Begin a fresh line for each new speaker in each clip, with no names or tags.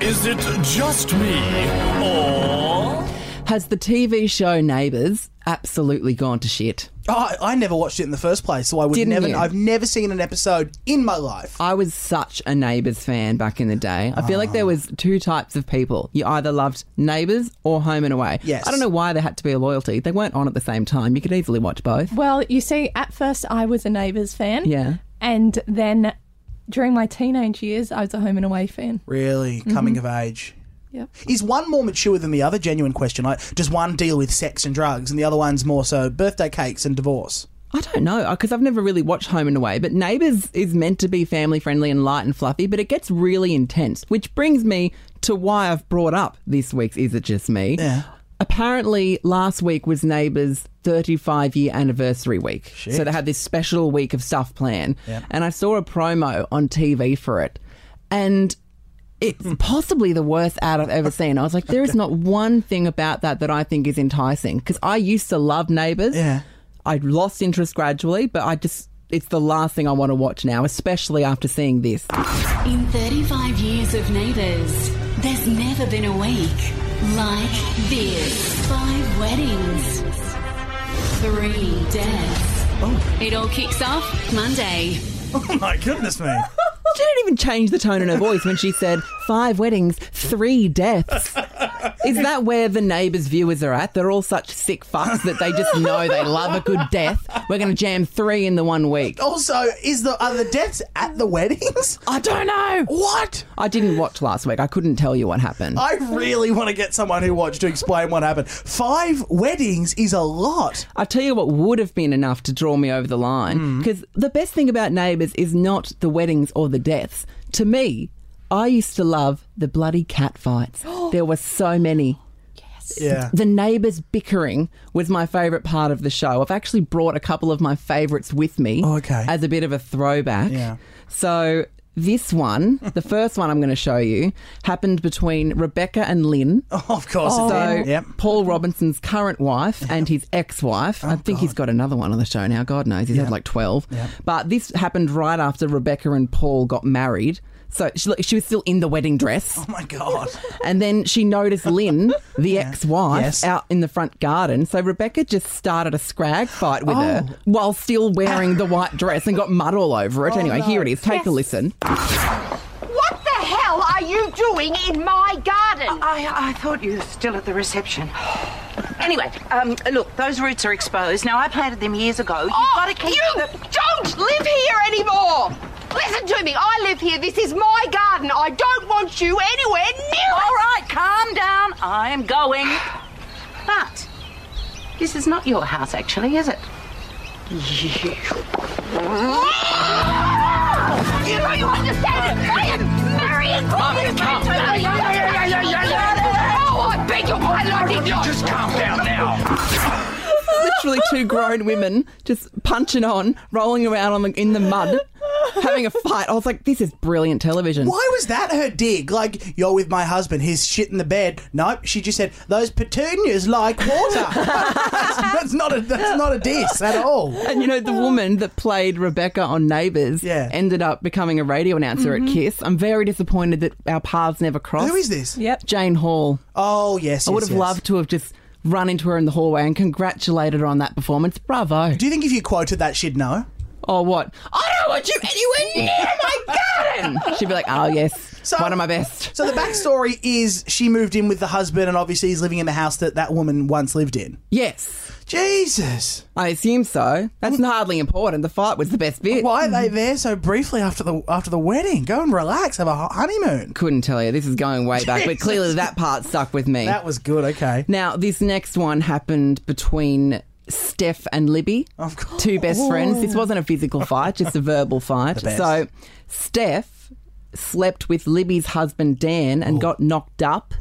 Is it just me, or
Has the TV show Neighbours absolutely gone to shit?
Oh, I, I never watched it in the first place, so I would
Didn't
never.
you?
I've never seen an episode in my life.
I was such a Neighbours fan back in the day. I feel like there was two types of people. You either loved Neighbours or Home and Away.
Yes.
I don't know why there had to be a loyalty. They weren't on at the same time. You could easily watch both.
Well, you see, at first I was a Neighbours fan.
Yeah.
And then during my teenage years, I was a Home and Away fan.
Really, coming of age.
Yep.
Is one more mature than the other? Genuine question. Like, does one deal with sex and drugs, and the other one's more so birthday cakes and divorce?
I don't know because I've never really watched Home and Away, but Neighbours is meant to be family friendly and light and fluffy, but it gets really intense, which brings me to why I've brought up this week's Is It Just Me?
Yeah.
Apparently, last week was Neighbours' 35 year anniversary week. So they had this special week of stuff planned. And I saw a promo on TV for it. And it's possibly the worst ad I've ever seen. I was like, there is not one thing about that that I think is enticing because I used to love Neighbours.
Yeah.
I lost interest gradually, but I just it's the last thing I want to watch now, especially after seeing this.
In 35 years of Neighbours, there's never been a week like this. Five weddings, three deaths. It all kicks off Monday.
Oh my goodness me!
She didn't even change the tone in her voice when she said five weddings, three deaths. Is that where the neighbours viewers are at? They're all such sick fucks that they just know they love a good death. We're going to jam three in the one week.
also, is the are the deaths at the weddings?
I don't know.
What?
I didn't watch last week. I couldn't tell you what happened.
I really want to get someone who watched to explain what happened. Five weddings is a lot.
I'll tell you what would have been enough to draw me over the
Hmm.
line because the best thing about Neighbours is not the weddings or the deaths. To me, I used to love the bloody cat fights. there were so many.
Yeah.
The neighbours bickering was my favourite part of the show. I've actually brought a couple of my favourites with me
Oh, okay.
as a bit of a throwback.
Yeah.
So this one, the first one I'm going to show you, happened between Rebecca and Lynn.
Of course. it
Oh. So
did. Oh. Yep.
Paul Robinson's current wife and his ex-wife.
Oh,
I think he's got another one on the show now. God knows he's had like twelve. But this happened right after Rebecca and Paul got married. So she, look, she was still in the wedding dress,
Oh my god.
and then she noticed Lynn, the ex-wife,
Yes.
out in the front garden. So Rebecca just started a scrag fight with her
Oh.
while still wearing the white dress and got mud all over it. anyway, here it is. Take a listen.
What the hell are you doing in my garden?
Uh,
I, I thought you were still at the reception. Anyway, um, look, those roots are exposed. Now, I planted them years ago.
uh,
You've
Oh,
got to keep
you
the...
don't live here anymore. Listen to me. I live here. This is my garden. I don't want you anywhere near
All
it.
right, calm down. I am going. But this is not your house, actually, is it?
You know you understand it. I am Marion. Mum,
calm down.
Oh, I beg your pardon. I did not.
Just calm down now.
literally two grown women just punching on, rolling around on the, in the mud, having a fight. I was like, this is brilliant television.
Why was that her dig? Like, you're with my husband, he's shit in the bed. Nope, she just said, those petunias like water. that's, that's not a, that's not a diss at all.
And you know, the woman that played Rebecca on Neighbours
Yeah. Mm-hmm.
ended up becoming a radio announcer at KISS. I'm very disappointed that our paths never crossed.
Who is this?
Yep.
Jane Hall.
Oh, yes.
I would have loved to have just run into her in the hallway and congratulated her on that performance. Bravo.
Do you think if you quoted that, she'd know?
or what? I don't want you anywhere near my garden. She'd be like, oh, yes,
So-
one of my best.
So the backstory is she moved in with the husband, and obviously he's living in the house that that woman once lived in.
yes.
Jesus,
I assume so. That's
Mm.
hardly important. The fight was the best bit.
why are they there so briefly after the after the wedding? Go and relax, have a ho- honeymoon.
Couldn't tell you. This is going way back, but clearly that part stuck with me.
That was good. Okay,
now, this next one happened between Steph and Libby,
Of course.
two best friends. This wasn't a physical fight, just a verbal fight.
best.
So, Steph slept with Libby's husband Dan and got knocked up.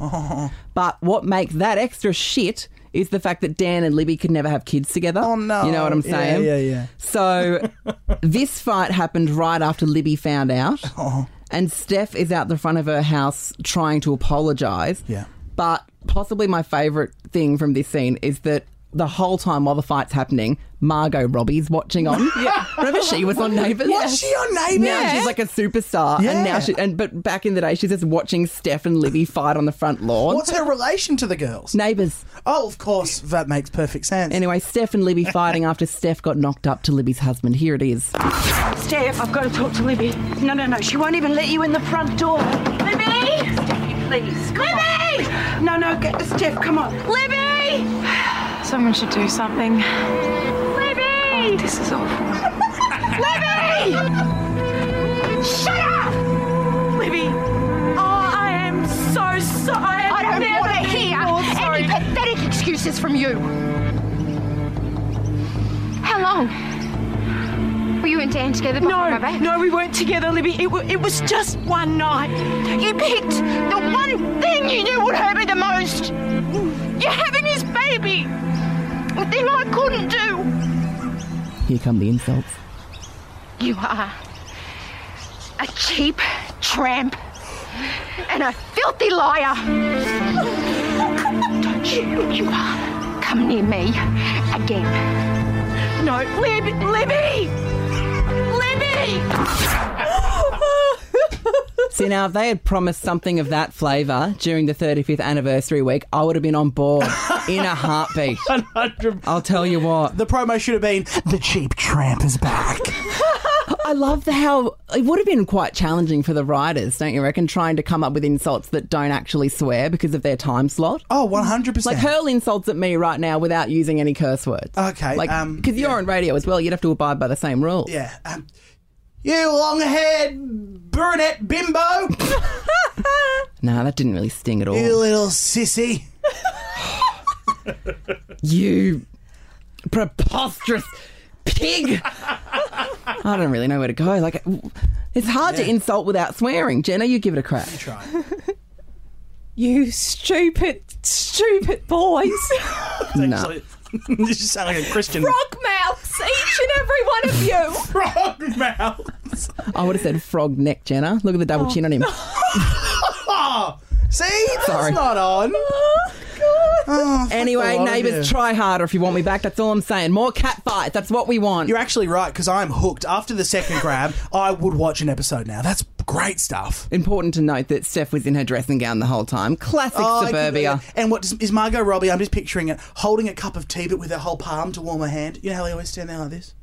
But what makes that extra shit is the fact that Dan and Libby could never have kids together. Oh
no.
You know what I'm
Yeah,
saying?
yeah, yeah.
So this fight happened right after Libby found out.
Oh.
And Steph is out the front of her house trying to apologize.
Yeah.
But possibly my favorite thing from this scene is that the whole time while the fight's happening, Margot Robbie's watching on. yeah. Remember she was on Neighbours?
Was she on Neighbours?
Now she's like a superstar. And
Yeah.
now she and but back in the day she's just watching Steph and Livy fight on the front lawn.
What's her relation to the girls?
Neighbours.
Oh, of course, that makes perfect sense.
Anyway, Steph and Libby fighting after Steph got knocked up to Libby's husband. Here it is.
Steph, I've got to talk to Libby. No, no, no. She won't even let you in the front door. Libby! Steffi, please. Come Libby! On. No, no. Get, Steph, come on. Libby!
Someone should do something.
Libby!
This is awful.
Libby! Shut up!
Libby. Oh, I am so sorry.
I don't want to hear any pathetic excuses from you. How long? Were you and Dan together behind
No,
my back?
no, we weren't together, Libby. It, w- it was just one night.
You picked the one thing you knew would hurt me the most. You're having his baby. The thing I couldn't do.
Here come the insults.
You are a cheap tramp and a filthy liar. Don't you, you are come near me again.
No, Libby, Libby! Libby!
See, now if they had promised something of that flavour during the 35th anniversary week, I would have been on board in a heartbeat. I'll tell you what.
the promo should have been the cheap tramp is back.
I love the how it would have been quite challenging for the writers, don't you reckon, trying to come up with insults that don't actually swear because of their time slot.
Oh, 100%.
Like hurl insults at me right now without using any curse words.
Okay,
Like,
um,
because you're on radio as well, you'd have to abide by the same rules.
Yeah. Um, you long haired brunette bimbo.
No, that didn't really sting at all.
you little sissy.
You preposterous pig! I don't really know where to go. Like, it's hard to insult without swearing. Jenna, you give it a crack.
You stupid, stupid boys.
No.
you just sound like a Christian
Frog mouths, each and every one of you.
frog mouth.
I would have said frog neck, Jenna. Look at the double chin on him.
Oh, see? That's
Sorry.
not on. Oh,
Anyway,
fuck the lot of
neighbours,
you.
try harder if you want me back. That's all I'm saying. More cat fights. That's what we want.
You're actually right because I'm hooked. After the second grab, I would watch an episode now. That's great stuff.
Important to note that Steph was in her dressing gown the whole time. Classic
Oh, I could-
suburbia.
And what does, is Margot Robbie? I'm just picturing it holding a cup of tea, but with her whole palm to warm her hand. You know how they always stand there like this.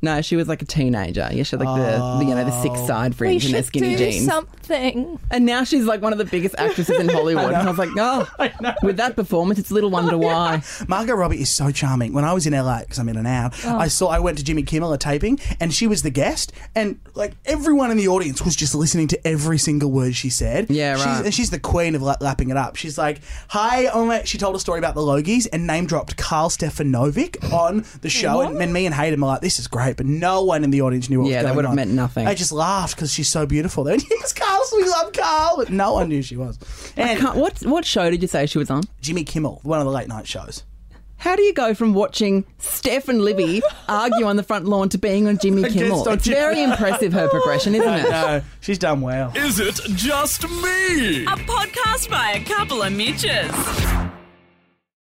No, she was like a teenager. Yeah, she had like the, the you know the six side
We
fringe and her
should
skinny
do
jeans.
something.
And now she's like one of the biggest actresses in Hollywood. and I was like, oh, with that performance, it's little wonder why.
Margot Robbie is so charming. When I was in LA, because I'm in and out,
Oh.
I saw I went to Jimmy Kimmel a taping, and she was the guest, and like everyone in the audience was just listening to every single word she said.
Yeah,
She's-
right.
and she's the queen of la- lapping it up. She's like, "Hi, on my-" she told a story about the Logies and name dropped Carl Stefanovic on the show, and, and me and Hayden were like, "This is great," but no one in the audience knew what
Yeah,
was
that
going
would have
on.
meant nothing.
They just laughed because she's so beautiful. They went, "Yes, Carl, we love Carl," but no one knew she was. And
Can't- What, what show did you say she was on?
Jimmy Kimmel, one of the late night shows.
How do you go from watching Steph and Libby argue on the front lawn to being on Jimmy Kimmel?
on
It's
Jimmy-
very impressive, her progression, isn't it?
No, she's done well.
Is it just me?
A podcast by a couple of Mitches.